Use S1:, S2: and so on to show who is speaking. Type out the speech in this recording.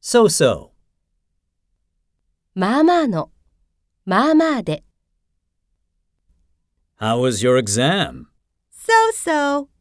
S1: So so.
S2: まあまあの、まあまあで。
S1: How was your exam?
S2: So so.